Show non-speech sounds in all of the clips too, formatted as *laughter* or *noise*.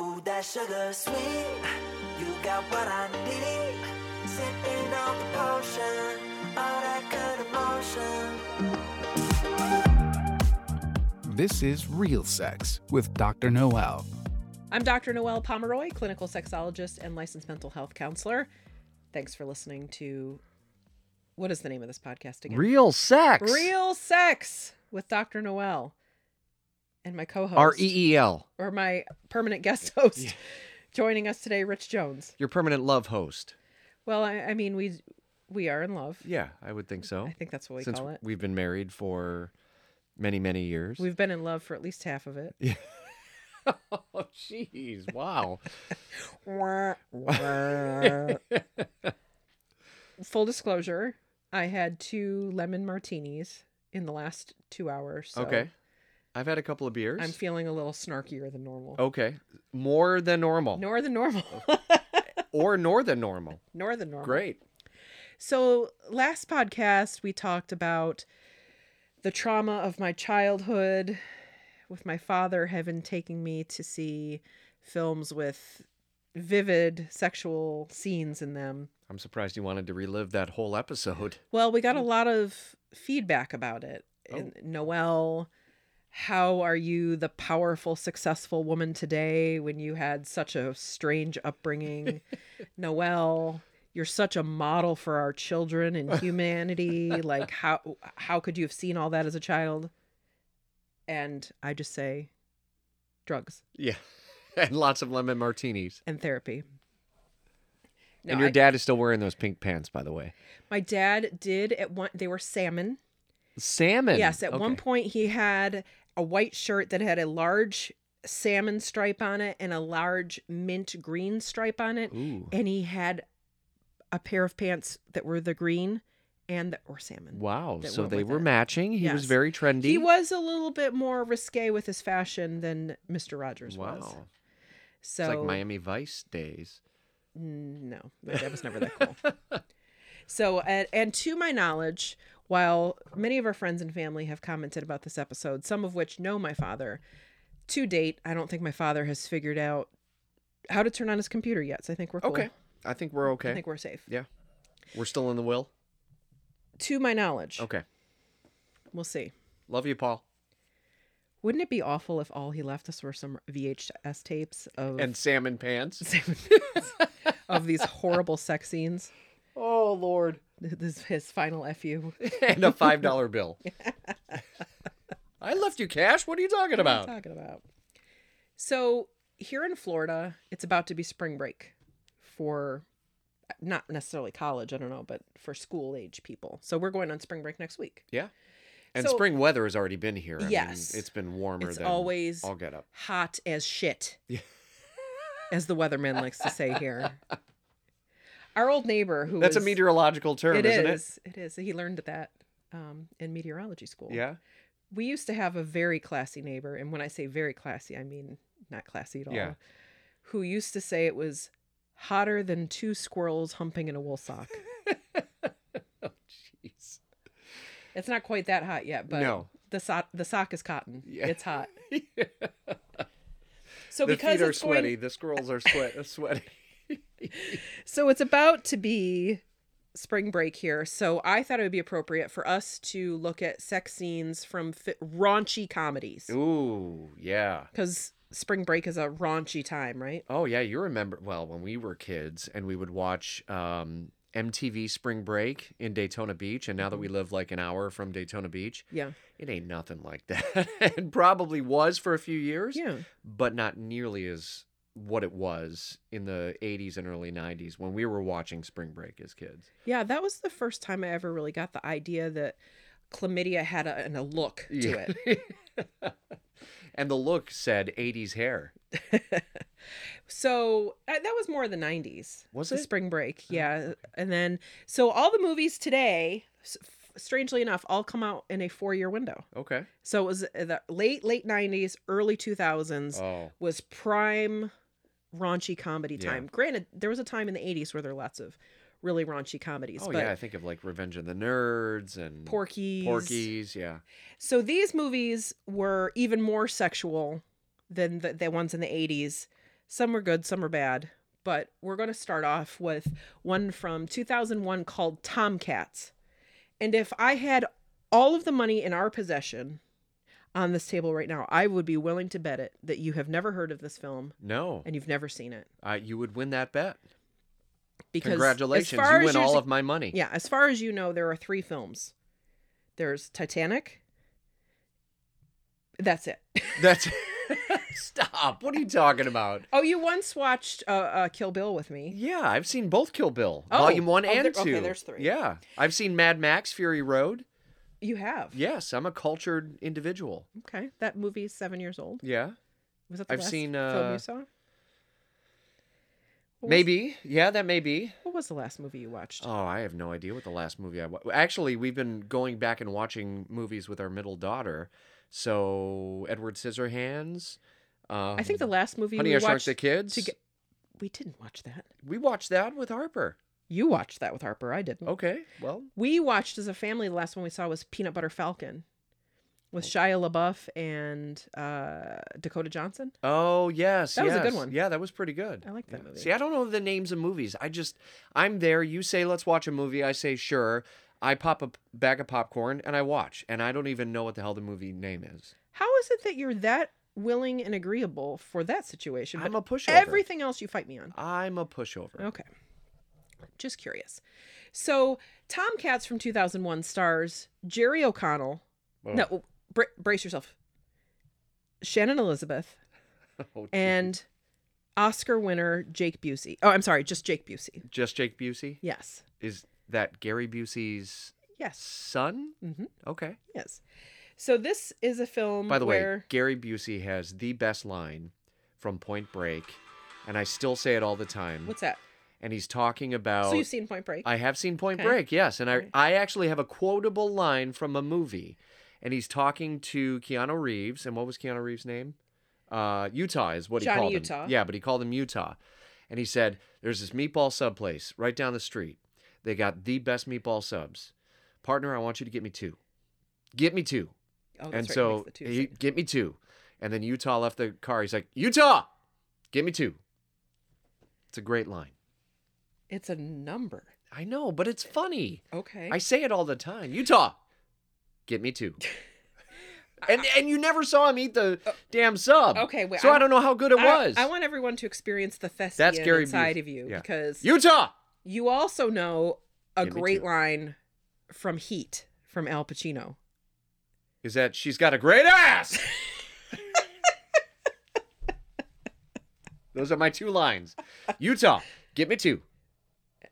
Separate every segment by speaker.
Speaker 1: Ooh, that sugar sweet. You got what I need. Sipping on the potion. All that good emotion.
Speaker 2: This is Real Sex with Dr. Noel.
Speaker 3: I'm Dr. Noelle Pomeroy, clinical sexologist and licensed mental health counselor. Thanks for listening to what is the name of this podcast again?
Speaker 4: Real sex.
Speaker 3: Real Sex with Dr. Noelle and my co host,
Speaker 4: R E E L.
Speaker 3: or my permanent guest host, joining us today, Rich Jones.
Speaker 4: Your permanent love host.
Speaker 3: Well, I, I mean, we we are in love.
Speaker 4: Yeah, I would think so.
Speaker 3: I think that's what we
Speaker 4: Since
Speaker 3: call it.
Speaker 4: we've been married for many, many years.
Speaker 3: We've been in love for at least half of it.
Speaker 4: Oh, jeez. Wow.
Speaker 3: *laughs* Full disclosure, I had two lemon martinis in the last two hours. So
Speaker 4: *laughs* Okay. I've had a couple of beers.
Speaker 3: I'm feeling a little snarkier than normal.
Speaker 4: okay. More than normal.
Speaker 3: Nor than normal.
Speaker 4: *laughs* Or nor than normal.
Speaker 3: *laughs* Nor than normal.
Speaker 4: Great.
Speaker 3: So, last podcast, we talked about the trauma of my childhood with my father having taking me to see films with vivid sexual scenes in them.
Speaker 4: I'm surprised you wanted to relive that whole episode.
Speaker 3: *laughs* Well, we got
Speaker 4: Mm.
Speaker 3: a lot of feedback about it.
Speaker 4: Oh.
Speaker 3: And Noelle, how are you the powerful, successful woman today when you had such a strange
Speaker 4: *laughs*
Speaker 3: upbringing? Noelle, you're such a model for our children
Speaker 4: *laughs*
Speaker 3: and humanity. like how how could you have seen all that as a child? And I just say drugs
Speaker 4: Yeah. *laughs* and lots of lemon martinis.
Speaker 3: and therapy. No,
Speaker 4: and your
Speaker 3: I-
Speaker 4: dad is still wearing those pink pants, by the way.
Speaker 3: my dad did at one they were salmon.
Speaker 4: Salmon.
Speaker 3: Yes, at one
Speaker 4: Okay.
Speaker 3: point he had a white shirt that had a large salmon stripe on it and a large mint green stripe on it,
Speaker 4: Ooh.
Speaker 3: and he had a pair of pants that were the green and the or salmon.
Speaker 4: Wow.
Speaker 3: that
Speaker 4: So
Speaker 3: went
Speaker 4: they
Speaker 3: with
Speaker 4: were
Speaker 3: it.
Speaker 4: matching. He was
Speaker 3: Yes.
Speaker 4: very trendy.
Speaker 3: He was a little bit more risque with his fashion than Mr. Rogers
Speaker 4: Wow.
Speaker 3: was. So
Speaker 4: It's like Miami Vice days.
Speaker 3: No, my dad was never that
Speaker 4: *laughs*
Speaker 3: cool. so, and, and to my knowledge, while many of our friends and family have commented about this episode, some of which know my father, to date, I don't think my father has figured out how to turn on his computer yet. So I think we're cool.
Speaker 4: Okay. I think we're
Speaker 3: I
Speaker 4: okay.
Speaker 3: think we're safe.
Speaker 4: yeah. We're still in the will.
Speaker 3: To my knowledge,
Speaker 4: Okay.
Speaker 3: we'll see.
Speaker 4: Love you, Paul.
Speaker 3: Wouldn't it be awful if all he left us were some VHS tapes of
Speaker 4: And salmon
Speaker 3: *laughs*
Speaker 4: pants.
Speaker 3: of these horrible sex scenes? *laughs*
Speaker 4: Oh Lord.
Speaker 3: This is his final fu.
Speaker 4: And a five dollar bill.
Speaker 3: *laughs*
Speaker 4: I left you cash. What are you talking
Speaker 3: What
Speaker 4: about?
Speaker 3: are you talking about? So here in Florida, it's about to be spring break for not necessarily college, I don't know, but for school age people. So we're going on spring break next week.
Speaker 4: Yeah. And
Speaker 3: So-
Speaker 4: spring weather has already been here. I mean,
Speaker 3: Yes.
Speaker 4: it's been warmer
Speaker 3: It's
Speaker 4: than
Speaker 3: always-
Speaker 4: I'll get up.
Speaker 3: Hot as shit.
Speaker 4: Yeah.
Speaker 3: *laughs* As the weatherman likes to say here. Our old neighbor who
Speaker 4: That's a
Speaker 3: was-
Speaker 4: meteorological term,
Speaker 3: It
Speaker 4: isn't
Speaker 3: is. It is. He learned that um, in meteorology school.
Speaker 4: it? Yeah.
Speaker 3: we used to have a very classy neighbor and when i say very classy i mean not classy at all
Speaker 4: Yeah.
Speaker 3: who used to say it was hotter than two squirrels humping in a
Speaker 4: *laughs*
Speaker 3: wool sock Oh,
Speaker 4: Jeez.
Speaker 3: it's not quite that hot yet but
Speaker 4: No.
Speaker 3: the sock the sock is cotton
Speaker 4: *laughs* Yeah.
Speaker 3: it's hot so
Speaker 4: the
Speaker 3: because
Speaker 4: feet are
Speaker 3: it's going-
Speaker 4: sweaty. The squirrels are sweat *laughs* sweaty.
Speaker 3: so it's about to be spring break here so i thought it would be appropriate for us to look at sex scenes from fi- raunchy comedies
Speaker 4: Ooh, yeah.
Speaker 3: because spring break is a raunchy time right
Speaker 4: Oh yeah, you remember well when we were kids and we would watch um, MTV Spring Break in Daytona Beach, and now
Speaker 3: Mm-hmm.
Speaker 4: that we live like an hour from Daytona Beach,
Speaker 3: yeah
Speaker 4: it ain't nothing like *laughs* that. it probably was for a few years,
Speaker 3: yeah
Speaker 4: but not nearly as what it was in the 80s and early 90s when we were watching Spring Break as kids.
Speaker 3: Yeah, that was the first time I ever really got the idea that chlamydia had a, an, a look to it.
Speaker 4: *laughs* and the look said 80s hair.
Speaker 3: So uh, that was more the 90s.
Speaker 4: Was
Speaker 3: the
Speaker 4: it?
Speaker 3: Spring break.
Speaker 4: Oh,
Speaker 3: Yeah. And then, so all the movies today, s- f- strangely enough, all come out in a four year window.
Speaker 4: Okay.
Speaker 3: So it was uh, the late, late 90s, early 2000s
Speaker 4: Oh.
Speaker 3: was prime raunchy comedy
Speaker 4: Yeah.
Speaker 3: time. Granted, there was a time in the 80s where there were lots of really raunchy comedies,
Speaker 4: Oh
Speaker 3: but
Speaker 4: yeah, I think of like Revenge of the Nerds and
Speaker 3: Porky's.
Speaker 4: Porky's, yeah.
Speaker 3: So these movies were even more sexual than the, the ones in the 80s. Some were good, some were bad. But we're going to start off with one from 2001 called Tomcats. And if I had all of the money in our possession on this table right now, I would be willing to bet it that you have never heard of this film
Speaker 4: No,
Speaker 3: and you've never seen it.
Speaker 4: I, you would win that bet.
Speaker 3: Because as
Speaker 4: Congratulations,
Speaker 3: far
Speaker 4: you
Speaker 3: as
Speaker 4: win all
Speaker 3: yours-
Speaker 4: of my money.
Speaker 3: Yeah, as far as you know, there are three films. There's Titanic. That's it.
Speaker 4: *laughs* That's *laughs* stop. What are you talking about?
Speaker 3: Oh, you once watched uh, uh, Kill Bill with me.
Speaker 4: Yeah, I've seen both Kill Bill,
Speaker 3: Oh.
Speaker 4: Volume One
Speaker 3: Oh,
Speaker 4: and
Speaker 3: there-
Speaker 4: Two.
Speaker 3: okay, there's three.
Speaker 4: Yeah, I've seen Mad Max: Fury Road.
Speaker 3: You have.
Speaker 4: Yes, I'm a cultured individual.
Speaker 3: Okay, that movie's seven years old.
Speaker 4: Yeah,
Speaker 3: Was that the
Speaker 4: I've
Speaker 3: last
Speaker 4: seen,
Speaker 3: film
Speaker 4: uh,
Speaker 3: you saw? What was-
Speaker 4: maybe. Yeah, that may be.
Speaker 3: What was the last movie you watched?
Speaker 4: Oh, I have no idea what the last movie I wa- Actually, we've been going back and watching movies with our middle daughter. So Edward Scissorhands. Um,
Speaker 3: I think the last movie
Speaker 4: Honey
Speaker 3: we
Speaker 4: I
Speaker 3: watched.
Speaker 4: Shrunk the Kids.
Speaker 3: to get- we didn't watch that.
Speaker 4: We watched that with Harper.
Speaker 3: You watched that with Harper. I didn't.
Speaker 4: Okay, well,
Speaker 3: We watched as a family. The last one we saw was Peanut Butter Falcon, with
Speaker 4: Oh.
Speaker 3: Shia LaBeouf and uh, Dakota Johnson.
Speaker 4: Oh yes,
Speaker 3: That was a good
Speaker 4: yes.
Speaker 3: one.
Speaker 4: Yeah, that was pretty good.
Speaker 3: I like that
Speaker 4: Yeah.
Speaker 3: movie.
Speaker 4: See, I don't know the names of movies. I just I'm there. You say let's watch a movie. I say sure. I pop a p- bag of popcorn and I watch, and I don't even know what the hell the movie name is.
Speaker 3: How is it that you're that willing and agreeable for that situation?
Speaker 4: I'm
Speaker 3: but
Speaker 4: a pushover.
Speaker 3: everything else you fight me on.
Speaker 4: I'm a pushover.
Speaker 3: Okay. Just curious. So, Tomcats from 2001 stars Jerry O'Connell.
Speaker 4: Oh.
Speaker 3: No, br- brace yourself. Shannon Elizabeth
Speaker 4: *laughs* Oh, gee. *laughs*
Speaker 3: and Oscar winner Jake Busey. Oh, I'm sorry, just Jake Busey.
Speaker 4: just Jake Busey
Speaker 3: Yes.
Speaker 4: is that Gary Busey's
Speaker 3: Yes.
Speaker 4: son?
Speaker 3: hmm
Speaker 4: Okay.
Speaker 3: Yes. So, this is a film
Speaker 4: By the way,
Speaker 3: Mm, where
Speaker 4: Gary Busey has the best line from Point Break, and I still say it all the time.
Speaker 3: what's that?
Speaker 4: and he's talking about
Speaker 3: So, you've seen Point Break?
Speaker 4: I have seen Point
Speaker 3: Okay.
Speaker 4: Break, yes, and I
Speaker 3: Okay.
Speaker 4: I actually have a quotable line from a movie, and he's talking to Keanu Reeves, and what was Keanu Reeves' name? Uh, Utah is what
Speaker 3: Johnny
Speaker 4: he called
Speaker 3: Utah.
Speaker 4: him. Yeah, but he called him Utah, and he said, "There's this meatball sub place right down the street. They got the best meatball subs. Partner, I want you to get me two. Get me two.
Speaker 3: oh,
Speaker 4: and
Speaker 3: that's right. it
Speaker 4: so
Speaker 3: makes the two
Speaker 4: he,
Speaker 3: same.
Speaker 4: get me two, and then Utah left the car. He's like, Utah, get me two. It's a great line.
Speaker 3: it's a number.
Speaker 4: I know, but it's funny.
Speaker 3: Okay.
Speaker 4: I say it all the time. Utah, get me
Speaker 3: *laughs*
Speaker 4: two. and and you never saw him eat the damn sub.
Speaker 3: Oh. Okay, wait,
Speaker 4: so I,
Speaker 3: I-
Speaker 4: don't know how good it
Speaker 3: I-
Speaker 4: was.
Speaker 3: I, want everyone to experience the thespian
Speaker 4: That's Gary
Speaker 3: inside
Speaker 4: Busey.
Speaker 3: of you
Speaker 4: Yeah.
Speaker 3: because you,
Speaker 4: Utah.
Speaker 3: also know a
Speaker 4: Yeah, me
Speaker 3: great
Speaker 4: too.
Speaker 3: line from Heat from Al Pacino.
Speaker 4: Is that she's got a great
Speaker 3: *laughs*
Speaker 4: ass? Those are my two lines. Utah, get me two.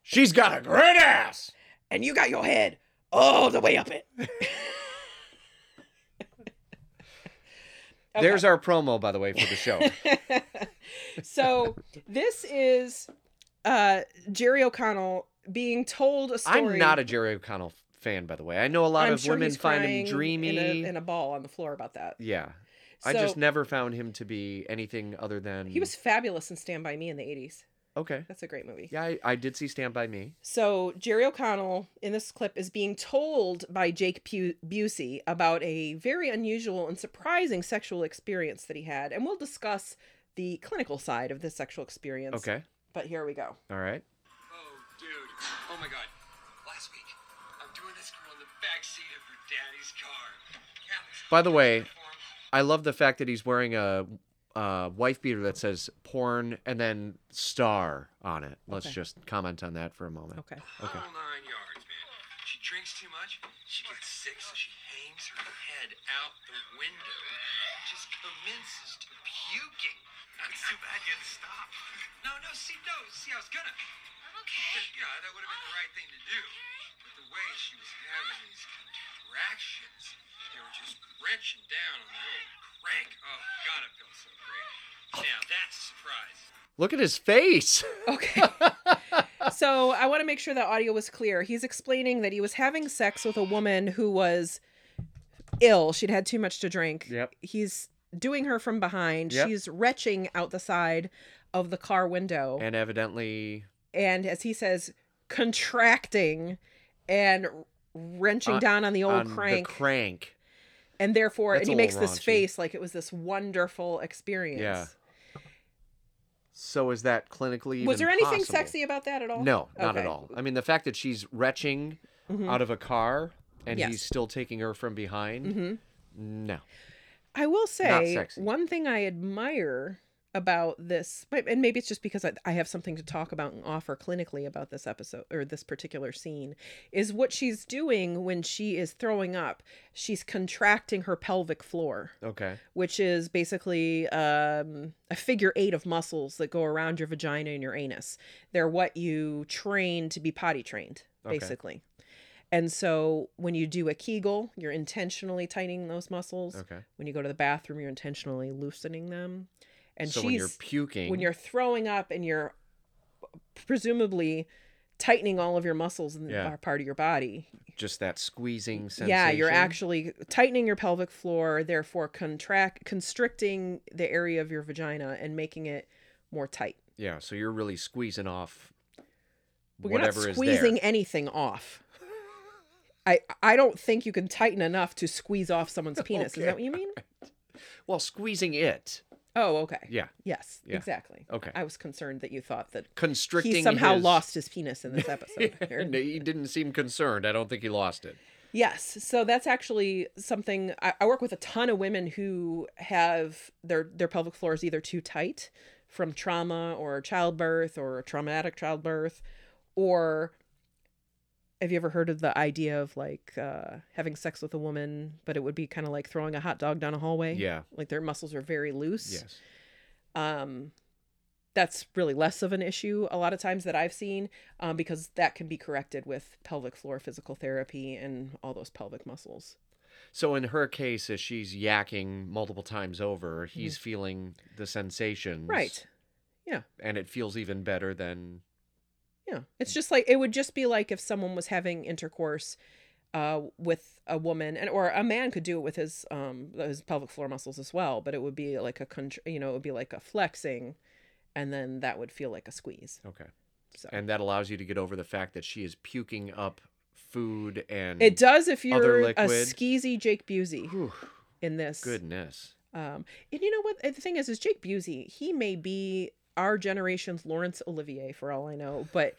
Speaker 4: She's got a great ass.
Speaker 3: And you got your head all the way up it. Okay.
Speaker 4: *laughs* There's our promo, by the way, for the show.
Speaker 3: so this is uh Jerry O'Connell being told a *laughs* story.
Speaker 4: I'm not a Jerry O'Connell fan, by the way. I know a lot
Speaker 3: I'm
Speaker 4: of
Speaker 3: sure
Speaker 4: women
Speaker 3: he's
Speaker 4: find
Speaker 3: crying
Speaker 4: him
Speaker 3: in a-
Speaker 4: dreamy.
Speaker 3: in a, ball on the floor about that.
Speaker 4: Yeah. I
Speaker 3: So-
Speaker 4: just never found him to be anything other than
Speaker 3: He was fabulous in Stand by Me in the 80s.
Speaker 4: okay.
Speaker 3: That's a great movie.
Speaker 4: Yeah, I, I did see Stand by Me.
Speaker 3: So Jerry O'Connell in this clip is being told by Jake Pu- Busey about a very unusual and surprising sexual experience that he had, and we'll discuss the clinical side of this sexual experience.
Speaker 4: Okay,
Speaker 3: But here we go.
Speaker 4: all right.
Speaker 5: Oh, dude. Oh my god. Last week, I'm doing this girl in the backseat of her daddy's car. Yeah, it was
Speaker 4: By the way,
Speaker 5: warm.
Speaker 4: I love the fact that he's wearing a, uh wife beater that says porn and then star on it. Let's
Speaker 3: Okay.
Speaker 4: just comment on that for a moment.
Speaker 3: Okay.
Speaker 4: Okay.
Speaker 5: Whole nine yards, man. She drinks too much. She gets sick, so she hangs her head out the window and just commences to puking. That's too bad you had to stop. No, no, see, no, see, I was gonna. I'm okay. *laughs* Yeah, that would have been the right thing to do. But the way she was having these contractions, they were just wrenching down on the old crank. Oh, God, it felt so great. Now, that's a surprise.
Speaker 4: Look at his face.
Speaker 3: Okay. so I want to make sure that audio was clear. He's explaining that he was having sex with a woman who was ill. She'd had too much to drink.
Speaker 4: Yep.
Speaker 3: He's doing her from behind.
Speaker 4: Yep.
Speaker 3: She's retching out the side of the car window.
Speaker 4: and evidently,
Speaker 3: and as he says, contracting and wrenching
Speaker 4: On-
Speaker 3: down on the
Speaker 4: on
Speaker 3: old
Speaker 4: the
Speaker 3: crank,
Speaker 4: crank.
Speaker 3: and therefore,
Speaker 4: That's
Speaker 3: and
Speaker 4: a
Speaker 3: he
Speaker 4: little
Speaker 3: makes this
Speaker 4: raunchy.
Speaker 3: face like it was this wonderful experience.
Speaker 4: Yeah. So is that clinically? even
Speaker 3: Was there anything
Speaker 4: possible?
Speaker 3: sexy about that at all?
Speaker 4: No, not at
Speaker 3: Okay. Mm-hmm.
Speaker 4: all. I mean, the fact that she's retching out of a car and
Speaker 3: Yes. Mm-hmm.
Speaker 4: he's still taking her from behind. No.
Speaker 3: I will say
Speaker 4: sexy.
Speaker 3: one thing I admire about this, but- and maybe it's just because I, I have something to talk about and offer clinically about this episode or this particular scene, is what she's doing when she is throwing up. She's contracting her pelvic floor,
Speaker 4: Okay.
Speaker 3: which is basically um, a figure eight of muscles that go around your vagina and your anus. They're what you train to be potty trained,
Speaker 4: Okay.
Speaker 3: basically. And so when you do a Kegel, you're intentionally tightening those muscles
Speaker 4: Okay.
Speaker 3: when you go to the bathroom you're intentionally loosening them and
Speaker 4: so
Speaker 3: she's
Speaker 4: when you're puking,
Speaker 3: when you're throwing up and you're presumably tightening all of your muscles in
Speaker 4: Yeah.
Speaker 3: the part of your body
Speaker 4: just that squeezing sensation.
Speaker 3: yeah you're actually tightening your pelvic floor therefore contract constricting the area of your vagina and making it more tight
Speaker 4: Yeah. So you're really squeezing off
Speaker 3: but you're
Speaker 4: whatever
Speaker 3: not
Speaker 4: is
Speaker 3: squeezing
Speaker 4: there.
Speaker 3: anything off I, I don't think you can tighten enough to squeeze off
Speaker 4: *laughs*
Speaker 3: someone's penis. Is that what you mean?
Speaker 4: Well, squeezing it.
Speaker 3: Oh, okay.
Speaker 4: Yeah.
Speaker 3: Yes,
Speaker 4: Yeah.
Speaker 3: exactly.
Speaker 4: Okay.
Speaker 3: I was concerned that you thought that
Speaker 4: Constricting.
Speaker 3: he somehow
Speaker 4: his- *laughs*
Speaker 3: lost his penis in this episode. Or-
Speaker 4: No, he didn't seem concerned. I don't think he lost it.
Speaker 3: yes, so that's actually something I, I work with a ton of women who have their their pelvic floor is either too tight from trauma or childbirth or traumatic childbirth, or have you ever heard of the idea of like uh, having sex with a woman, but it would be kind of like throwing a hot dog down a hallway?
Speaker 4: Yeah.
Speaker 3: like their muscles are very loose.
Speaker 4: Yes.
Speaker 3: um that's really less of an issue a lot of times that I've seen um, because that can be corrected with pelvic floor physical therapy and all those pelvic muscles.
Speaker 4: So in her case, as she's yakking multiple times over, he's feeling the sensations.
Speaker 3: Mm-hmm. Right.
Speaker 4: And it feels even better than
Speaker 3: Yeah.
Speaker 4: Mm.
Speaker 3: It's just like it would just be like if someone was having intercourse uh, with a woman and or a man could do it with his um his pelvic floor muscles as well, but it would be like a contr- you know it would be like a flexing, and then that would feel like a squeeze.
Speaker 4: okay.
Speaker 3: So
Speaker 4: And that allows you to get over the fact that she is puking up food and
Speaker 3: it does if
Speaker 4: Mm. Other
Speaker 3: you're a
Speaker 4: liquid.
Speaker 3: skeezy Jake Busey
Speaker 4: Whew,
Speaker 3: in this.
Speaker 4: goodness.
Speaker 3: Um, and you know what? The thing is, is Jake Busey. He may be our generation's Laurence Olivier, for all I know. But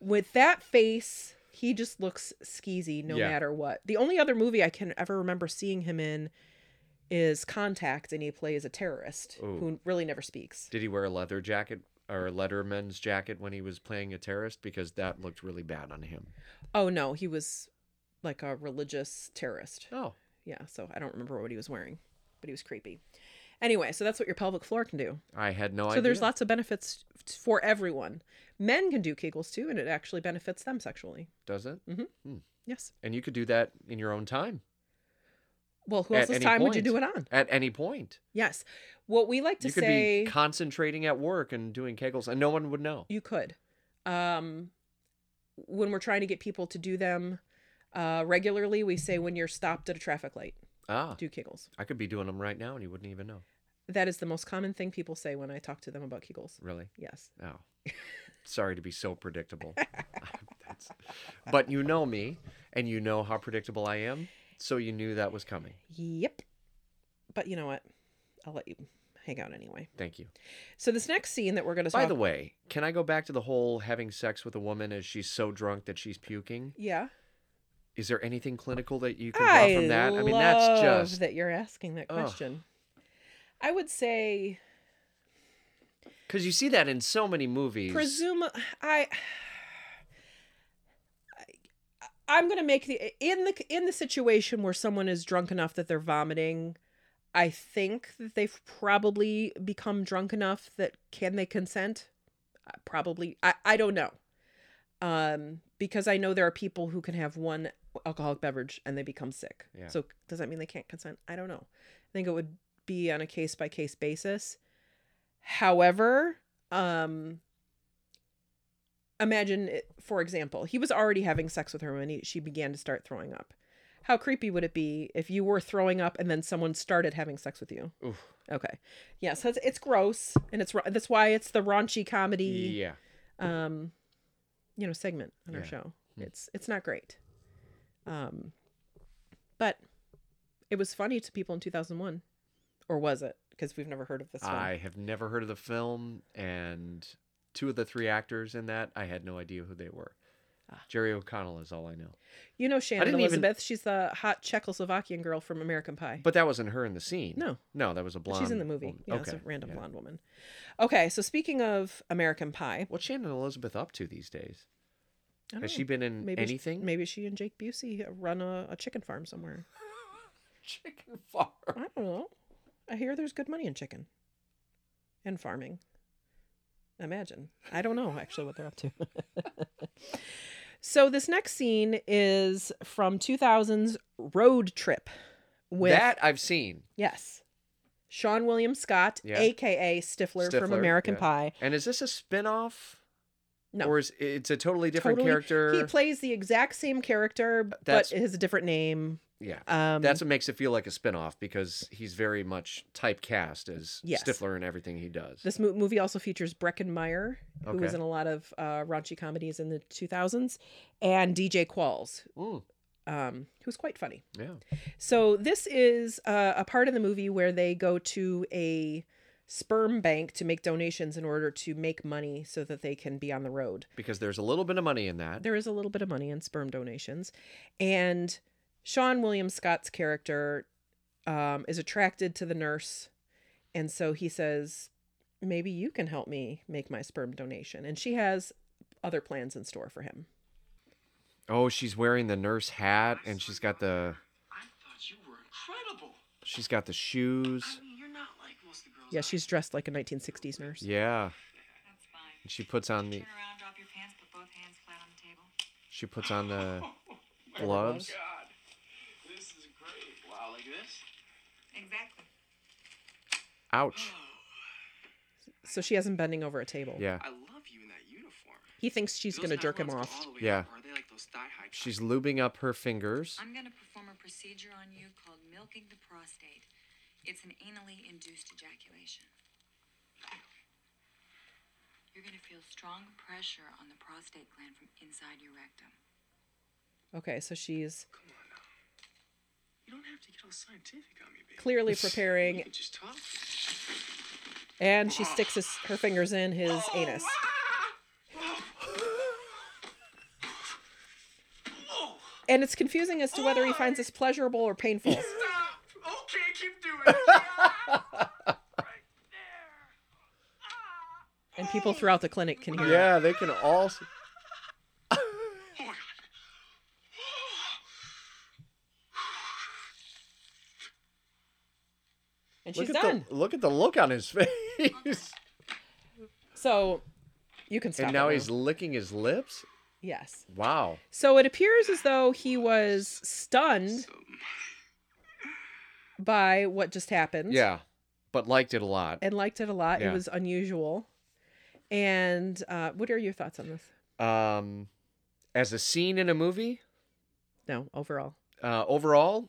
Speaker 3: with that face, he just looks skeezy no
Speaker 4: Yeah.
Speaker 3: matter what. The only other movie I can ever remember seeing him in is Contact, and he plays a terrorist
Speaker 4: Ooh.
Speaker 3: who really never speaks.
Speaker 4: Did he wear a leather jacket or a letterman's jacket when he was playing a terrorist? Because that looked really bad on him.
Speaker 3: Oh no, he was like a religious terrorist.
Speaker 4: Oh.
Speaker 3: Yeah, so I don't remember what he was wearing, but he was creepy. Anyway, so that's what your pelvic floor can do.
Speaker 4: I had no
Speaker 3: so
Speaker 4: idea.
Speaker 3: there's lots of benefits t- for everyone. Men can do Kegels too, and it actually benefits them sexually. Mm-hmm.
Speaker 4: does it?
Speaker 3: Yes.
Speaker 4: And you could do that in your own time.
Speaker 3: Well, who
Speaker 4: At
Speaker 3: else's
Speaker 4: any
Speaker 3: time would you do it
Speaker 4: point.
Speaker 3: on?
Speaker 4: At any point.
Speaker 3: Yes. What we like to
Speaker 4: you could
Speaker 3: say,
Speaker 4: be concentrating at work and doing kegels and no one would know.
Speaker 3: you could. Um, when we're trying to get people to do them uh, regularly, we say when you're stopped at a traffic light,
Speaker 4: Ah.
Speaker 3: do Kegels.
Speaker 4: I could be doing them right now and you wouldn't even know.
Speaker 3: That is the most common thing people say when I talk to them about Kegels.
Speaker 4: Really?
Speaker 3: Yes.
Speaker 4: Oh.
Speaker 3: *laughs*
Speaker 4: Sorry to be so predictable. *laughs* That's... But you know me and you know how predictable I am. So you knew that was coming.
Speaker 3: Yep. But you know what? I'll let you hang out anyway.
Speaker 4: Thank you.
Speaker 3: So this next scene that we're going to
Speaker 4: By
Speaker 3: talk
Speaker 4: the way, can I go back to the whole having sex with a woman as she's so drunk that she's puking?
Speaker 3: yeah.
Speaker 4: Is there anything clinical that you can draw from that? I mean, that's
Speaker 3: love
Speaker 4: just
Speaker 3: that you're asking that
Speaker 4: Ugh.
Speaker 3: question. I would say
Speaker 4: because you see that in so many movies.
Speaker 3: presume I. I- I'm gonna make the in the in the situation where someone is drunk enough that they're vomiting. I think that they've probably become drunk enough that can they consent? Uh, Probably. I I don't know. Um, because I know there are people who can have one alcoholic beverage and they become sick.
Speaker 4: Yeah.
Speaker 3: So does that mean they can't consent? I don't know. I think it would be on a case by case basis. However, um imagine it, for example, he was already having sex with her when he, she began to start throwing up. How creepy would it be if you were throwing up and then someone started having sex with you?
Speaker 4: Oof.
Speaker 3: Okay. Yeah, so it's, it's gross and it's ra- that's why it's the raunchy comedy
Speaker 4: yeah,
Speaker 3: um you know segment on our
Speaker 4: Yeah. Hmm.
Speaker 3: show. It's it's not great. Um but it was funny to people in 2001 or was it? Cuz we've never heard of this one.
Speaker 4: I have never heard of the film, and two of the three actors in that, I had no idea who they were.
Speaker 3: Ah.
Speaker 4: Jerry O'Connell is all I know.
Speaker 3: You know Shannon
Speaker 4: didn't even-
Speaker 3: Elizabeth. She's the hot Czechoslovakian girl from American Pie.
Speaker 4: But that wasn't her in the scene.
Speaker 3: No.
Speaker 4: No, that was a
Speaker 3: But
Speaker 4: blonde.
Speaker 3: she's in the movie.
Speaker 4: woman.
Speaker 3: Yeah, it's a random blonde woman. Okay, so speaking of American Pie,
Speaker 4: What's Shannon Elizabeth up to these days?
Speaker 3: I don't
Speaker 4: Has
Speaker 3: know.
Speaker 4: she been in
Speaker 3: maybe she-
Speaker 4: anything?
Speaker 3: maybe she and Jake Busey run a, a chicken farm somewhere.
Speaker 4: *laughs* Chicken farm.
Speaker 3: I don't know. I hear there's good money in chicken and farming. Imagine. I don't know actually what they're up to. so this next scene is from 2000's Road Trip with
Speaker 4: That I've seen.
Speaker 3: yes. Sean William Scott,
Speaker 4: Yeah.
Speaker 3: aka Stifler, from
Speaker 4: Stifler,
Speaker 3: American
Speaker 4: yeah.
Speaker 3: Pie.
Speaker 4: And is this a spin-off?
Speaker 3: No.
Speaker 4: Or is it's a totally different
Speaker 3: Totally-
Speaker 4: character?
Speaker 3: He plays the exact same character
Speaker 4: That's-
Speaker 3: but has a different name.
Speaker 4: yeah.
Speaker 3: Um
Speaker 4: That's what makes it feel like a spin-off because he's very much typecast as
Speaker 3: Yes.
Speaker 4: Stifler in everything he does.
Speaker 3: This mo- movie also features Brecken Meyer, who was
Speaker 4: Okay.
Speaker 3: in a lot of uh, raunchy comedies in the 2000s, and DJ Qualls,
Speaker 4: Mm,
Speaker 3: um, who's quite funny.
Speaker 4: yeah.
Speaker 3: So this is uh, a part of the movie where they go to a sperm bank to make donations in order to make money so that they can be on the road.
Speaker 4: Because there's a little bit of money in that.
Speaker 3: There is a little bit of money in sperm donations, and Sean William Scott's character um, is attracted to the nurse, and so he says, "Maybe you can help me make my sperm donation." And she has other plans in store for him.
Speaker 4: Oh, she's wearing the nurse hat and she's got the
Speaker 5: I thought you were incredible.
Speaker 4: she's got the shoes.
Speaker 5: I mean, you're not like most of the girls.
Speaker 3: Yeah, she's dressed like a 1960s nurse.
Speaker 4: Yeah.
Speaker 6: That's fine.
Speaker 4: And she puts on the
Speaker 6: Turn around, drop your pants, put both hands flat on the table.
Speaker 4: she puts on the
Speaker 5: My
Speaker 4: gloves.
Speaker 5: God, this is great. Wow, like this?
Speaker 6: Exactly.
Speaker 4: Ouch.
Speaker 3: So she has him bending over a table.
Speaker 4: Yeah.
Speaker 5: I love you in that uniform.
Speaker 3: He thinks she's
Speaker 5: Those
Speaker 3: gonna jerk him
Speaker 5: high ones go
Speaker 3: off.
Speaker 5: all the way
Speaker 4: Yeah.
Speaker 5: up, or Are they like those thigh-high
Speaker 4: She's lubing up her fingers.
Speaker 6: I'm going to perform a procedure on you called milking the prostate. It's an anally induced ejaculation. You're going to feel strong pressure on the prostate gland from inside your rectum.
Speaker 3: Okay, so she's
Speaker 5: Come on now. You don't have to get all scientific on me, baby.
Speaker 3: clearly
Speaker 5: You
Speaker 3: preparing,
Speaker 5: can just talk.
Speaker 3: and she sticks his, her fingers in his
Speaker 5: Oh,
Speaker 3: anus.
Speaker 5: Whoa!
Speaker 3: And it's confusing as to whether he finds this pleasurable or painful.
Speaker 5: Stop! Okay, keep doing it. Ah, right there. Ah.
Speaker 3: And people throughout the clinic can hear. it.
Speaker 4: Yeah, they can all s-
Speaker 5: Oh my god.
Speaker 3: And
Speaker 4: look
Speaker 3: she's
Speaker 4: at
Speaker 3: done.
Speaker 4: the look at the look on his *laughs* face.
Speaker 3: So you can stop.
Speaker 4: and
Speaker 3: it
Speaker 4: now he's licking his lips?
Speaker 3: yes.
Speaker 4: Wow.
Speaker 3: So it appears as though he was stunned by what just happened.
Speaker 4: Yeah. But liked it a lot.
Speaker 3: And liked it a lot. It
Speaker 4: Yeah.
Speaker 3: was unusual. And uh, what are your thoughts on this?
Speaker 4: um as a scene in a movie
Speaker 3: No, overall.
Speaker 4: uh overall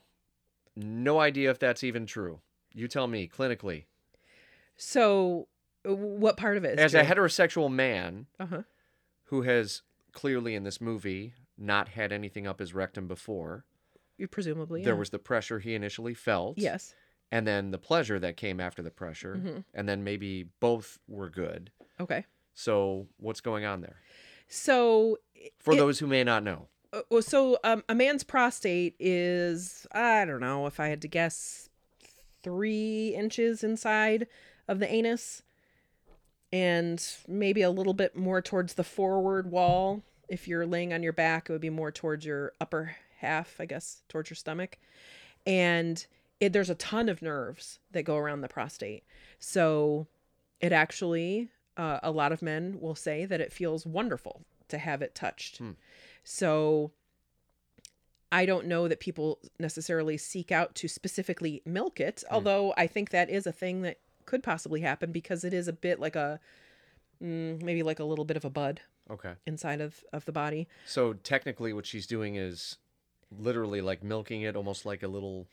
Speaker 4: no idea if that's even true you tell me clinically
Speaker 3: So uh, what part of it?
Speaker 4: as
Speaker 3: Is
Speaker 4: a heterosexual man
Speaker 3: Uh huh.
Speaker 4: who has clearly in this movie not had anything up his rectum before
Speaker 3: Presumably.
Speaker 4: there
Speaker 3: yeah.
Speaker 4: was the pressure he initially felt
Speaker 3: Yes.
Speaker 4: and then the pleasure that came after the pressure
Speaker 3: Mhm.
Speaker 4: and then maybe both were good
Speaker 3: Okay.
Speaker 4: so what's going on there
Speaker 3: So.
Speaker 4: for
Speaker 3: it-
Speaker 4: those who may not know
Speaker 3: Uh, well, so um, a man's prostate is I don't know if I had to guess three inches inside of the anus, and maybe a little bit more towards the forward wall. If you're laying on your back, it would be more towards your upper half, I guess, towards your stomach, and it, there's a ton of nerves that go around the prostate. So it actually, uh, a lot of men will say that it feels wonderful to have it touched.
Speaker 4: Hmm.
Speaker 3: So I don't know that people necessarily seek out to specifically milk it,
Speaker 4: Hmm.
Speaker 3: although I think that is a thing that could possibly happen because it is a bit like a mm, maybe like a little bit of a bud
Speaker 4: okay
Speaker 3: inside of of the body.
Speaker 4: so technically what she's doing is literally like milking it almost like a little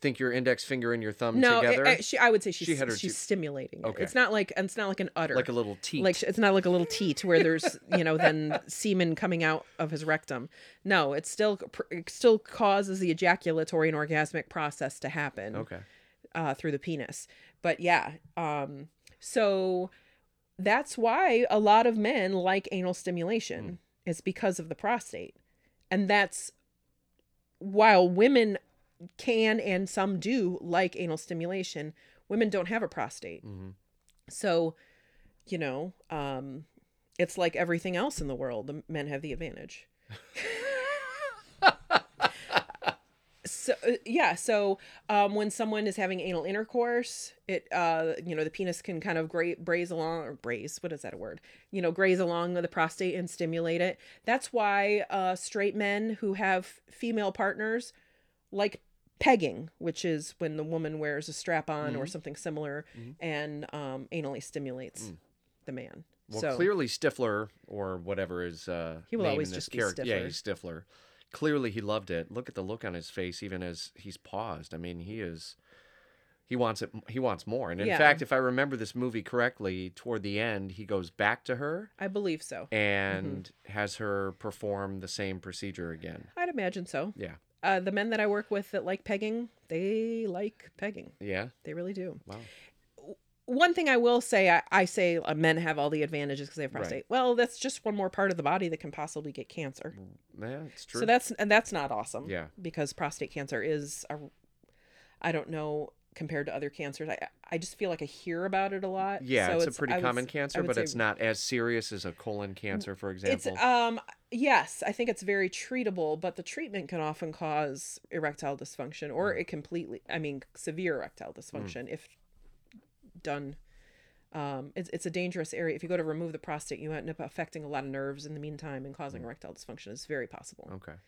Speaker 4: think your index finger and your thumb
Speaker 3: no,
Speaker 4: together
Speaker 3: I, I- she, I would say she's
Speaker 4: She had her
Speaker 3: she's
Speaker 4: two-
Speaker 3: stimulating.
Speaker 4: Okay.
Speaker 3: It. It's not like and it's not like an udder.
Speaker 4: like a little teat
Speaker 3: Like it's not
Speaker 4: *laughs*
Speaker 3: like a little teat where there's you know then semen coming out of his rectum. No, it still it still causes the ejaculatory and orgasmic process to happen
Speaker 4: okay
Speaker 3: uh, through the penis. But yeah, um, so that's why a lot of men like anal stimulation is because of the prostate and that's while women can and some do like anal stimulation women don't have a prostate
Speaker 4: Mhm.
Speaker 3: so you know um it's like everything else in the world the men have the advantage so uh, yeah so um when someone is having anal intercourse it uh you know the penis can kind of gra- graze along or graze what is that a word you know graze along the prostate and stimulate it that's why uh straight men who have female partners like pegging which is when the woman wears a strap on or something similar and um anally stimulates the man
Speaker 4: Well,
Speaker 3: so
Speaker 4: clearly Stifler or whatever is uh,
Speaker 3: He will
Speaker 4: name
Speaker 3: always
Speaker 4: in this
Speaker 3: just be
Speaker 4: character. Yeah,
Speaker 3: Stifler.
Speaker 4: he's Stifler. Clearly, he loved it. Look at the look on his face, even as he's paused. I mean, he is. He wants it. He wants more. And in
Speaker 3: Yeah.
Speaker 4: fact, if I remember this movie correctly, toward the end, he goes back to her
Speaker 3: i believe so
Speaker 4: and has her perform the same procedure again.
Speaker 3: i'd imagine so
Speaker 4: Yeah.
Speaker 3: uh the men that i work with that like pegging they like pegging
Speaker 4: Yeah.
Speaker 3: they really do
Speaker 4: Wow.
Speaker 3: one thing I will say, I, I say uh, men have all the advantages because they have
Speaker 4: Right.
Speaker 3: prostate. Well, that's just one more part of the body that can possibly get cancer.
Speaker 4: Yeah, it's true.
Speaker 3: So that's and that's not awesome.
Speaker 4: Yeah.
Speaker 3: Because prostate cancer is, a, I don't know compared to other cancers. I I just feel like I hear about it a lot.
Speaker 4: yeah,
Speaker 3: So
Speaker 4: it's, a pretty
Speaker 3: I would
Speaker 4: common
Speaker 3: s- I
Speaker 4: cancer,
Speaker 3: would
Speaker 4: but
Speaker 3: say Mm,
Speaker 4: it's not as serious as a colon cancer, for
Speaker 3: It's
Speaker 4: example.
Speaker 3: um yes, I think it's very treatable, but the treatment can often cause erectile dysfunction or it completely, I mean, severe erectile dysfunction if done. Um, it's it's a dangerous area. If you go to remove the prostate, you end up affecting a lot of nerves in the meantime and causing erectile dysfunction. It's very possible.
Speaker 4: okay.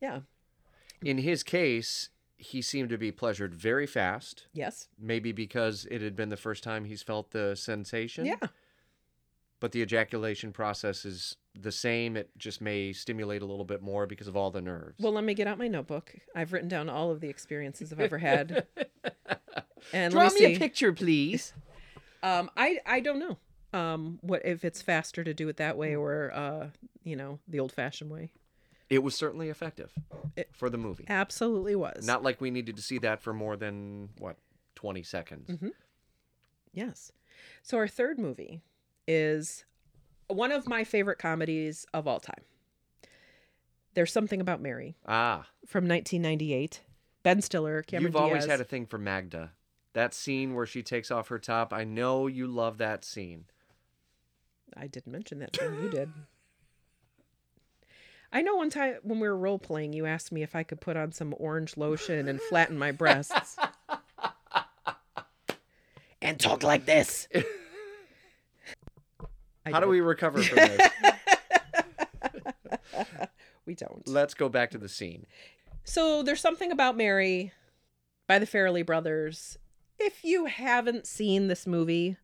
Speaker 3: Yeah.
Speaker 4: In his case, he seemed to be pleasured very fast,
Speaker 3: Yes.
Speaker 4: maybe because it had been the first time he's felt the sensation.
Speaker 3: Yeah.
Speaker 4: But the ejaculation process is the same. It just may stimulate a little bit more because of all the nerves.
Speaker 3: Well, let me get out my notebook. I've written down all of the experiences I've
Speaker 4: *laughs*
Speaker 3: ever had. And
Speaker 4: Draw
Speaker 3: let
Speaker 4: me
Speaker 3: me, see.
Speaker 4: a picture, please.
Speaker 3: Um, I I don't know. Um, what if it's faster to do it that way or uh, you know, the old-fashioned way?
Speaker 4: It was certainly effective for the movie.
Speaker 3: Absolutely was.
Speaker 4: Not like we needed to see that for more than, what, 20 seconds.
Speaker 3: Mm-hmm. yes. So our third movie is one of my favorite comedies of all time. There's something about Mary
Speaker 4: Ah.
Speaker 3: from 1998. Ben Stiller, Cameron
Speaker 4: You've always
Speaker 3: Diaz.
Speaker 4: had a thing for Magda. That scene where she takes off her top. I know you love that scene.
Speaker 3: I didn't mention that thing. You did. I know one time when we were role playing, you asked me if I could put on some orange lotion and flatten my breasts. and talk like this. I
Speaker 4: How do
Speaker 3: did.
Speaker 4: we recover from
Speaker 3: *laughs*
Speaker 4: this?
Speaker 3: We don't.
Speaker 4: Let's go back to the scene.
Speaker 3: So there's something about Mary by the Farrelly brothers. If you haven't seen this movie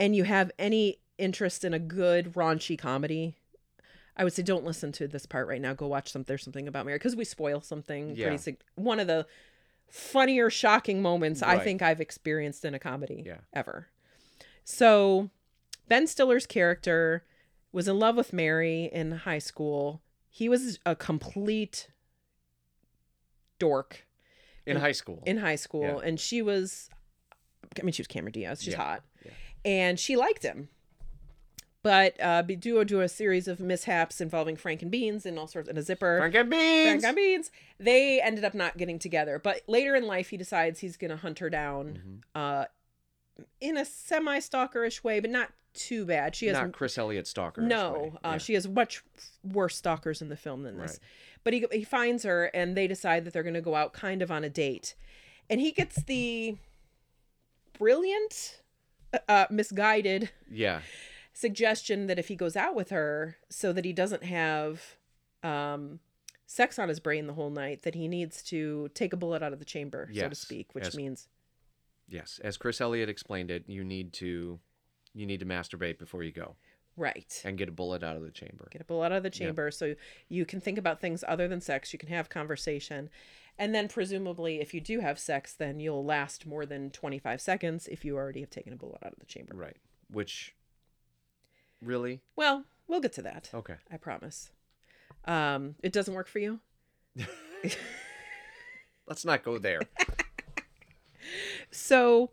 Speaker 3: and you have any interest in a good raunchy comedy, I would say don't listen to this part right now. Go watch some there's something about Mary because we spoil something
Speaker 4: Yeah.
Speaker 3: pretty sig- one of the funnier shocking moments I
Speaker 4: Right.
Speaker 3: think I've experienced in a comedy
Speaker 4: Yeah.
Speaker 3: ever. So Ben Stiller's character was in love with Mary in high school. He was a complete dork
Speaker 4: In high school.
Speaker 3: in high school,
Speaker 4: Yeah.
Speaker 3: and she was, I mean, she was Cameron Diaz. She's
Speaker 4: Yeah,
Speaker 3: hot,
Speaker 4: yeah.
Speaker 3: and she liked him. But uh, be- due to a series of mishaps involving Frank and Beans and all sorts, and a zipper,
Speaker 4: Frank and Beans!
Speaker 3: Frank and Beans, they ended up not getting together. But later in life, he decides he's gonna hunt her
Speaker 4: Mhm.
Speaker 3: down, uh, in a semi stalkerish way, but not too bad. She has
Speaker 4: Not Chris Elliott Stalker.
Speaker 3: no, uh, she has much worse stalkers in the film than this. But he he finds her, and they decide that they're going to go out kind of on a date, and he gets the brilliant, uh, uh, misguided
Speaker 4: Yeah.
Speaker 3: suggestion that if he goes out with her, so that he doesn't have um, sex on his brain the whole night, that he needs to take a bullet out of the chamber, so to
Speaker 4: Yes,
Speaker 3: speak, which
Speaker 4: as-
Speaker 3: means
Speaker 4: Yes. As Chris Elliott explained it, you need to you need to masturbate before you go
Speaker 3: right.
Speaker 4: and get a bullet out of the chamber.
Speaker 3: get a bullet out of the chamber so you can think about things other than sex you can have conversation and then presumably if you do have sex then you'll last more than 25 seconds if you already have taken a bullet out of the chamber
Speaker 4: Right. Which really?
Speaker 3: well we'll get to that
Speaker 4: Okay.
Speaker 3: i promise um it doesn't work for you
Speaker 4: Let's not go there.
Speaker 3: so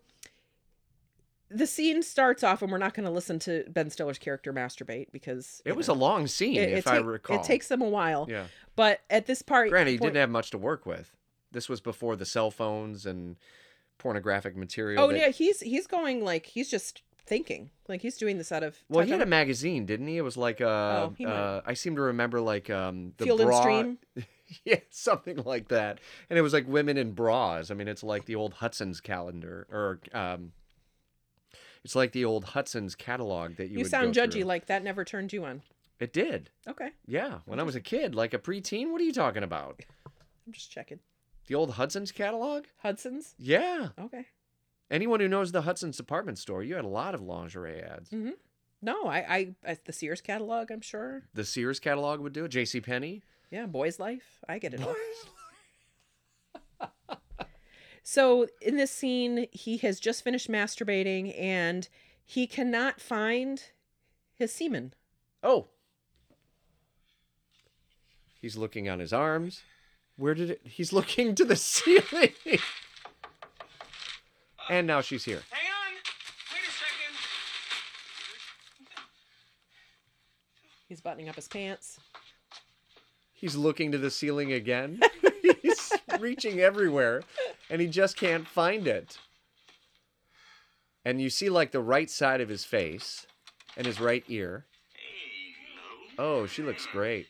Speaker 3: the scene starts off, and we're not going to listen to Ben Stiller's character masturbate because
Speaker 4: It
Speaker 3: you
Speaker 4: was
Speaker 3: know,
Speaker 4: a long scene,
Speaker 3: it- it
Speaker 4: if I
Speaker 3: take-
Speaker 4: recall.
Speaker 3: It takes them a while,
Speaker 4: Yeah.
Speaker 3: but at this part,
Speaker 4: Granted, he
Speaker 3: point-
Speaker 4: didn't have much to work with. This was before the cell phones and pornographic material.
Speaker 3: Oh
Speaker 4: that-
Speaker 3: yeah, he's he's going like he's just thinking, like he's doing this out of
Speaker 4: Well,
Speaker 3: touch.
Speaker 4: he had
Speaker 3: I
Speaker 4: a magazine, didn't he? It was like uh,
Speaker 3: Oh, he might.
Speaker 4: uh I seem to remember like um the
Speaker 3: Field and
Speaker 4: bra,
Speaker 3: Stream?
Speaker 4: *laughs* yeah, something like that. And it was like women in bras. I mean, it's like the old Hudson's calendar, or um, it's like the old Hudson's catalog that you.
Speaker 3: don't- you
Speaker 4: would
Speaker 3: sound
Speaker 4: go
Speaker 3: judgy,
Speaker 4: through.
Speaker 3: like that never turned you on.
Speaker 4: it did.
Speaker 3: Okay,
Speaker 4: Yeah, when I was a kid, like a preteen. What are you talking about?
Speaker 3: I'm just checking.
Speaker 4: The old Hudson's catalog?
Speaker 3: Hudson's.
Speaker 4: Yeah.
Speaker 3: Okay.
Speaker 4: Anyone who knows the Hudson's department store, you had a lot of lingerie ads.
Speaker 3: No, I, I, I the Sears catalog. I'm sure.
Speaker 4: The Sears catalog would do it. J.C. Penney.
Speaker 3: Yeah, boys' life. I get it. all. So in this scene, he has just finished masturbating and he cannot find his semen.
Speaker 4: Oh. He's looking on his arms. Where did it? He's looking to the *laughs* ceiling. and now she's here.
Speaker 5: Hang on. Wait a second.
Speaker 3: He's buttoning up his pants.
Speaker 4: He's looking to the ceiling again. He's reaching everywhere and he just can't find it. And you see like the right side of his face and his right ear. Oh, she looks great.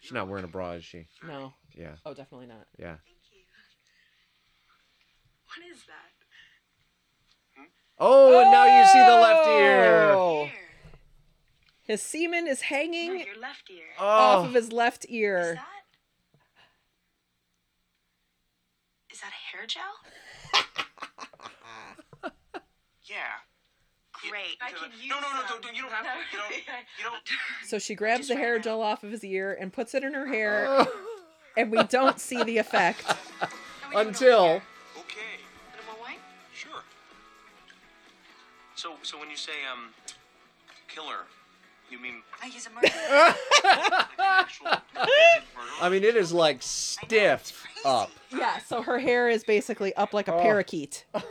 Speaker 4: She's not wearing a bra, is she?
Speaker 3: No.
Speaker 4: Yeah,
Speaker 3: Oh, definitely not.
Speaker 4: yeah.
Speaker 7: What is that?
Speaker 4: Oh, and now you see the left ear.
Speaker 3: Oh. His semen is
Speaker 7: No,
Speaker 3: hanging
Speaker 7: your left ear.
Speaker 3: off
Speaker 4: Oh,
Speaker 3: of his left
Speaker 7: Is
Speaker 3: ear.
Speaker 7: that? Is that a hair gel?
Speaker 5: Yeah.
Speaker 7: Great. I could use
Speaker 5: No, no, no,
Speaker 7: some.
Speaker 5: don't, don't- you don't have to. You don't. You don't.
Speaker 3: So she grabs the
Speaker 7: right
Speaker 3: hair
Speaker 7: now.
Speaker 3: gel off of his ear and puts it in her hair,
Speaker 4: Oh.
Speaker 3: and we don't see the effect.
Speaker 4: until
Speaker 5: Okay.
Speaker 7: Little more wine?
Speaker 5: Sure. So, so when you say um, killer, you mean
Speaker 7: I use a murder.
Speaker 5: actual
Speaker 4: I mean it is like stiff up.
Speaker 3: Yeah, so her hair is basically up like a
Speaker 4: Oh.
Speaker 3: parakeet.
Speaker 4: *laughs*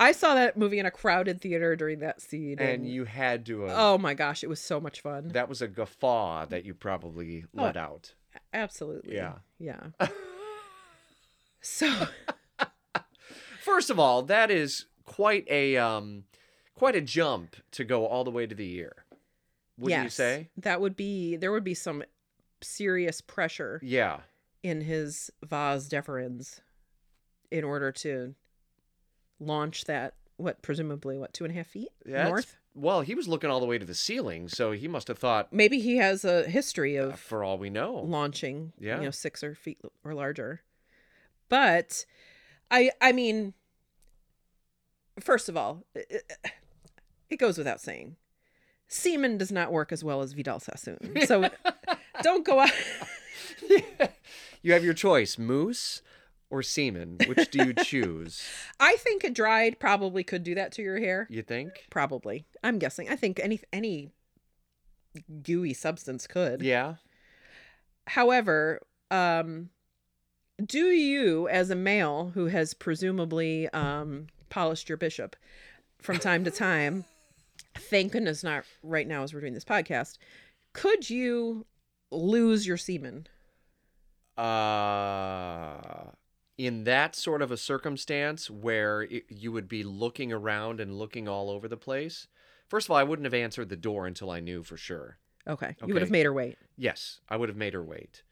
Speaker 3: I saw that movie in a crowded theater during that scene.
Speaker 4: And you had to have,
Speaker 3: Oh my gosh, it was so much fun.
Speaker 4: that was a guffaw that you probably
Speaker 3: Oh.
Speaker 4: let out.
Speaker 3: Absolutely.
Speaker 4: Yeah. *laughs*
Speaker 3: Yeah. so
Speaker 4: First of all, that is quite a um quite a jump to go all the way to the ear. Would not you
Speaker 3: yes,
Speaker 4: say?
Speaker 3: that would be there would be some serious pressure
Speaker 4: Yeah.
Speaker 3: in his vas deferens in order to launch that what presumably what two and a half feet
Speaker 4: That's-
Speaker 3: north.
Speaker 4: Well, he was looking all the way to the ceiling, so he must have thought
Speaker 3: Maybe he has a history of
Speaker 4: for all we know.
Speaker 3: launching
Speaker 4: Yeah.
Speaker 3: you know six or feet or larger but i i mean first of all it, it goes without saying semen does not work as well as
Speaker 4: *laughs*
Speaker 3: vidal sassoon so don't go out *laughs*
Speaker 4: You have your choice, moose or semen. Which do you choose?
Speaker 3: i think a dried probably could do that to your hair
Speaker 4: You think?
Speaker 3: probably i'm guessing i think any any gooey substance could
Speaker 4: Yeah.
Speaker 3: however um do you as a male who has presumably um polished your bishop from time to time thank goodness not right now as we're doing this podcast could you lose your semen
Speaker 4: uh in that sort of a circumstance where it, you would be looking around and looking all over the place first of all i wouldn't have answered the door until i knew for sure
Speaker 3: okay, you would have
Speaker 4: Okay.
Speaker 3: made her wait
Speaker 4: yes i would have made her wait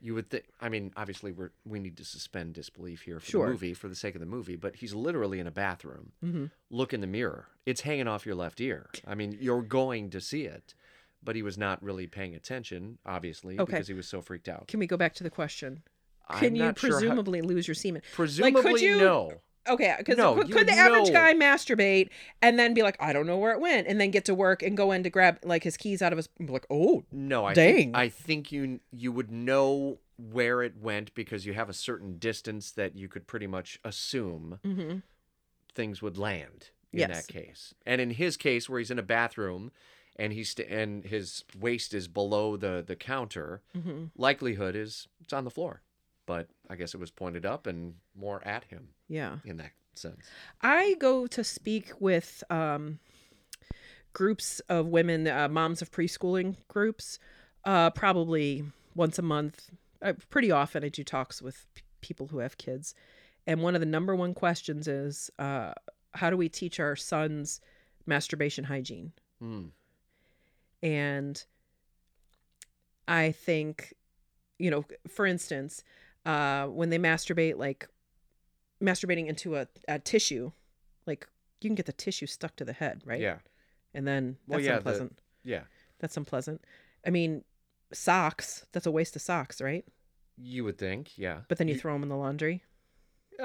Speaker 4: you would think i mean obviously we're we need to suspend disbelief here for
Speaker 3: Sure.
Speaker 4: the movie for the sake of the movie but he's literally in a bathroom
Speaker 3: Mhm.
Speaker 4: look in the mirror it's hanging off your left ear i mean you're going to see it but he was not really paying attention obviously
Speaker 3: Okay.
Speaker 4: because he was so freaked out
Speaker 3: can we go back to the question
Speaker 4: I'm
Speaker 3: can you
Speaker 4: not sure how-
Speaker 3: presumably lose your semen
Speaker 4: presumably
Speaker 3: you-
Speaker 4: no
Speaker 3: okay because
Speaker 4: No,
Speaker 3: could,
Speaker 4: you
Speaker 3: could the average
Speaker 4: know.
Speaker 3: guy masturbate and then be like i don't know where it went and then get to work and go in to grab like his keys out of his like oh
Speaker 4: No, I
Speaker 3: Dang.
Speaker 4: Think, I think you you would know where it went because you have a certain distance that you could pretty much assume
Speaker 3: mm-hmm.
Speaker 4: things would land in
Speaker 3: Yes.
Speaker 4: that case. And in his case, where he's in a bathroom, and he's st- and his waist is below the the counter,
Speaker 3: Mm-hmm.
Speaker 4: likelihood is it's on the floor. but I guess it was pointed up and more at him
Speaker 3: Yeah.
Speaker 4: in that sense.
Speaker 3: I go to speak with um, groups of women, uh, moms of preschooling groups, uh, probably once a month. Uh, pretty often, I do talks with p- people who have kids. And one of the number one questions is uh, how do we teach our sons masturbation hygiene?
Speaker 4: Mm.
Speaker 3: and i think you know for instance uh when they masturbate like masturbating into a, a tissue like you can get the tissue stuck to the head right
Speaker 4: Yeah.
Speaker 3: and then
Speaker 4: Well,
Speaker 3: that's
Speaker 4: yeah, the-
Speaker 3: unpleasant
Speaker 4: Yeah.
Speaker 3: that's unpleasant i mean socks that's a waste of socks right
Speaker 4: You would think, yeah.
Speaker 3: but then you,
Speaker 4: You-
Speaker 3: throw 'em throw them in the laundry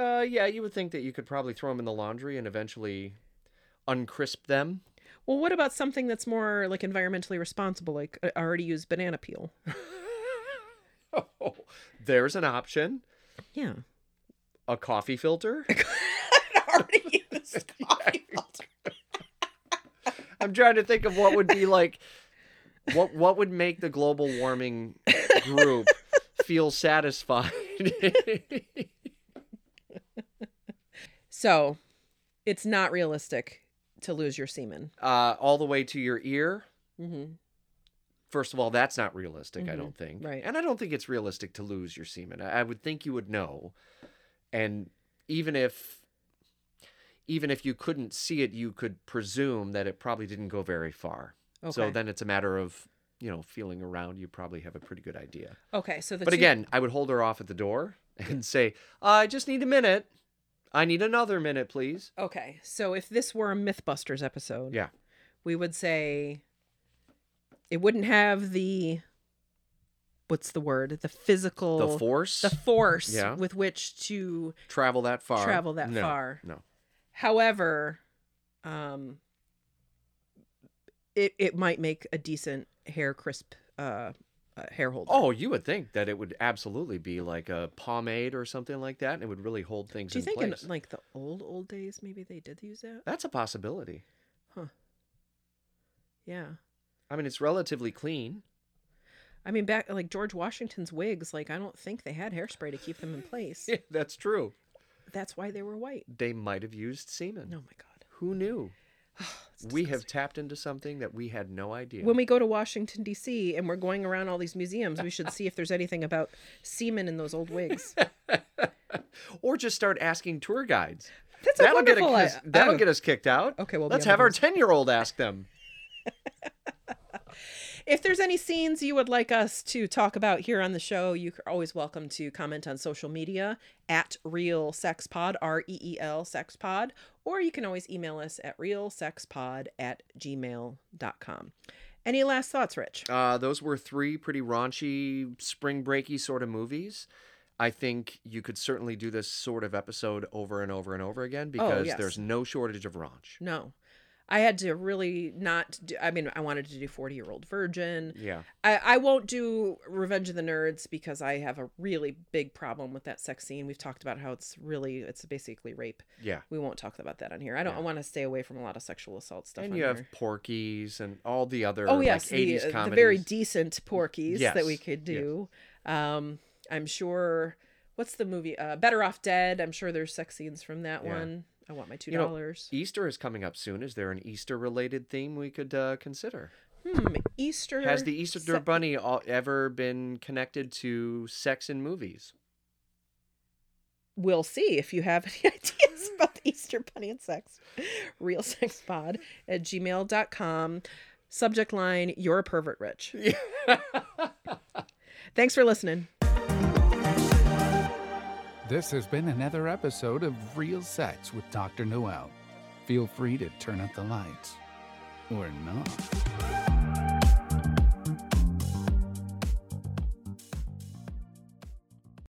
Speaker 4: Uh, yeah, you would think that you could probably throw them in the laundry and eventually uncrisp them. *laughs*
Speaker 3: well what about something that's more like environmentally responsible like i I already used banana peel
Speaker 4: Oh, there's an option.
Speaker 3: yeah
Speaker 4: A coffee filter.
Speaker 3: *laughs* already used
Speaker 4: I'm trying to think of what would be like what what would make the global warming group feel satisfied. *laughs*
Speaker 3: So it's not realistic to lose your semen.
Speaker 4: uh, all the way to your ear.
Speaker 3: Mm-hmm.
Speaker 4: First of all, that's not realistic, I
Speaker 3: Mhm,
Speaker 4: don't think.
Speaker 3: right.
Speaker 4: And I don't think it's realistic to lose your semen. I I would think you would know. And even if even if you couldn't see it, you could presume that it probably didn't go very far.
Speaker 3: Okay.
Speaker 4: So then it's a matter of, you know, feeling around, you probably have a pretty good idea.
Speaker 3: okay. So the
Speaker 4: But
Speaker 3: two-
Speaker 4: again, I would hold her off at the door and say, "I just need a minute. I need another minute, please."
Speaker 3: okay. So if this were a MythBusters episode,
Speaker 4: Yeah.
Speaker 3: we would say it wouldn't have the what's the word? The physical,
Speaker 4: The force
Speaker 3: the force
Speaker 4: Yeah.
Speaker 3: with which to.
Speaker 4: travel that far.
Speaker 3: Travel that
Speaker 4: No,
Speaker 3: far.
Speaker 4: No.
Speaker 3: However, um, it it might make a decent hair crisp uh, uh hair holder.
Speaker 4: Oh, you would think that it would absolutely be like a pomade or something like that, and it would really hold things
Speaker 3: do you
Speaker 4: in
Speaker 3: think
Speaker 4: place.
Speaker 3: in like the old old days maybe they did use that?
Speaker 4: That's a possibility.
Speaker 3: Yeah.
Speaker 4: I mean, it's relatively clean.
Speaker 3: I mean, back like George Washington's wigs, like I don't think they had hairspray to keep them in place.
Speaker 4: Yeah, *laughs* that's true.
Speaker 3: That's why they were white. Oh,
Speaker 4: They might have used semen.
Speaker 3: No, my God. *sighs*
Speaker 4: Who knew? *sighs*
Speaker 3: It's
Speaker 4: We have
Speaker 3: disgusting.
Speaker 4: tapped into something that we had no idea.
Speaker 3: When we go to Washington D.C. and we're going around all these museums, we should see if there's anything about semen in those old
Speaker 4: *laughs*
Speaker 3: wigs.
Speaker 4: or just start asking tour guides.
Speaker 3: That's a
Speaker 4: That'll get, a,
Speaker 3: wonderful.
Speaker 4: kiss-
Speaker 3: i-
Speaker 4: that'll
Speaker 3: oh,
Speaker 4: get us kicked out.
Speaker 3: Okay, well,
Speaker 4: let's
Speaker 3: the other
Speaker 4: have our
Speaker 3: ones-
Speaker 4: 10 year old ask them.
Speaker 3: If there's any scenes you would like us to talk about here on the show, you're always welcome to comment on social media at Real Sex Pod, R E E L Sex Pod, or you can always email us at realsexpod at gmail.com. Any last thoughts, Rich?
Speaker 4: Uh, those were three pretty raunchy, spring breaky sort of movies. I think you could certainly do this sort of episode over and over and over again because
Speaker 3: Oh, yes.
Speaker 4: there's no shortage of raunch.
Speaker 3: No. I had to really not do, I mean, I wanted to do 40 year old virgin.
Speaker 4: Yeah.
Speaker 3: I, I won't do Revenge of the Nerds because I have a really big problem with that sex scene. We've talked about how it's really, it's basically rape.
Speaker 4: Yeah.
Speaker 3: We won't talk about that on here. I don't,
Speaker 4: Yeah.
Speaker 3: I want to stay away from a lot of sexual assault stuff.
Speaker 4: and
Speaker 3: on
Speaker 4: you have
Speaker 3: here.
Speaker 4: Porkies and all the other
Speaker 3: Oh yes,
Speaker 4: like, 80s
Speaker 3: the, uh,
Speaker 4: comedies.
Speaker 3: the very decent Porkies that we
Speaker 4: Yes,
Speaker 3: could
Speaker 4: yes.
Speaker 3: do. Um, I'm sure. What's the movie? Uh, Better Off Dead. I'm sure there's sex scenes from that
Speaker 4: Yeah.
Speaker 3: one. I want my two
Speaker 4: You know, e
Speaker 3: dollars.
Speaker 4: Easter is coming up soon. Is there an Easter related theme we could uh, consider?
Speaker 3: hmm, Easter
Speaker 4: Has the Easter
Speaker 3: se-
Speaker 4: Bunny all, ever been connected to sex in movies?
Speaker 3: We'll see if you have any
Speaker 4: *laughs*
Speaker 3: *laughs* ideas about the Easter Bunny and sex. Real sex pod at gmail.com. Subject line: You're a
Speaker 4: *laughs*
Speaker 3: pervert, Rich. Thanks for listening.
Speaker 2: This has been another episode of Real Sex with Dr. Noel. Feel free to turn up the lights. Or not.